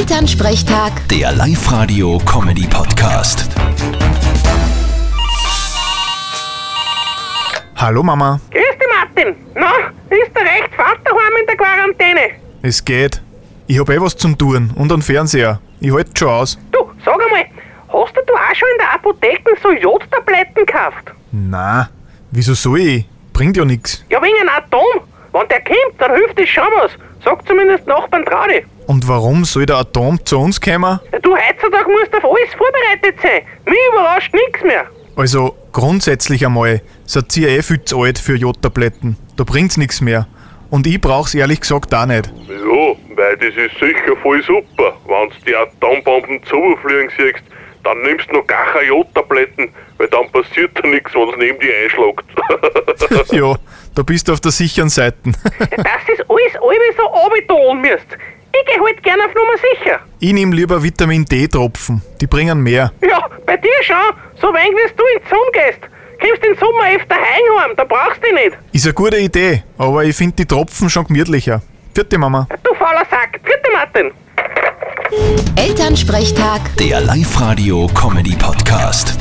Elternsprechtag, Der Live-Radio-Comedy-Podcast. Hallo Mama, Grüß dich, Martin. Na, ist der recht Vater heim in der Quarantäne? es geht. Ich hab eh was zum Tun und einen Fernseher. Ich halt schon aus. Du, sag einmal, hast du da auch schon in der Apotheke so Jodtabletten gekauft? Na, wieso soll ich? Bringt ja nix. Ja, wegen einem Atom. Wenn der kommt, dann hilft das schon was. Sagt zumindest Nachbarn Traudi. Und warum soll der Atom zu uns kommen? Du, heutzutage musst auf alles vorbereitet sein. Mich überrascht nichts mehr. Also grundsätzlich einmal, seid ihr eh viel zu alt für Jodtabletten. Da bringt's nix mehr. Und ich brauch's ehrlich gesagt auch nicht. Ja, weil das ist sicher voll super. Wenn du die Atombomben zufliegen siehst, dann nimmst du noch gar keine Jodtabletten, weil dann passiert da nichts, wenn es neben dir einschlägt. ja, da bist du auf der sicheren Seite. Dass das alles alle so runtertun müsst. Ich geh halt gerne auf Nummer sicher. ich nehm lieber Vitamin D-Tropfen. Die bringen mehr. Ja, bei dir schon. So wenig, wie du in die Sonne gehst. Kommst den Sommer öfter heim, da brauchst du dich nicht. Ist eine gute Idee, aber ich find die Tropfen schon gemütlicher. Vierte Mama. Du fauler Sack. Vierte Martin. Elternsprechtag. Der Live-Radio-Comedy-Podcast.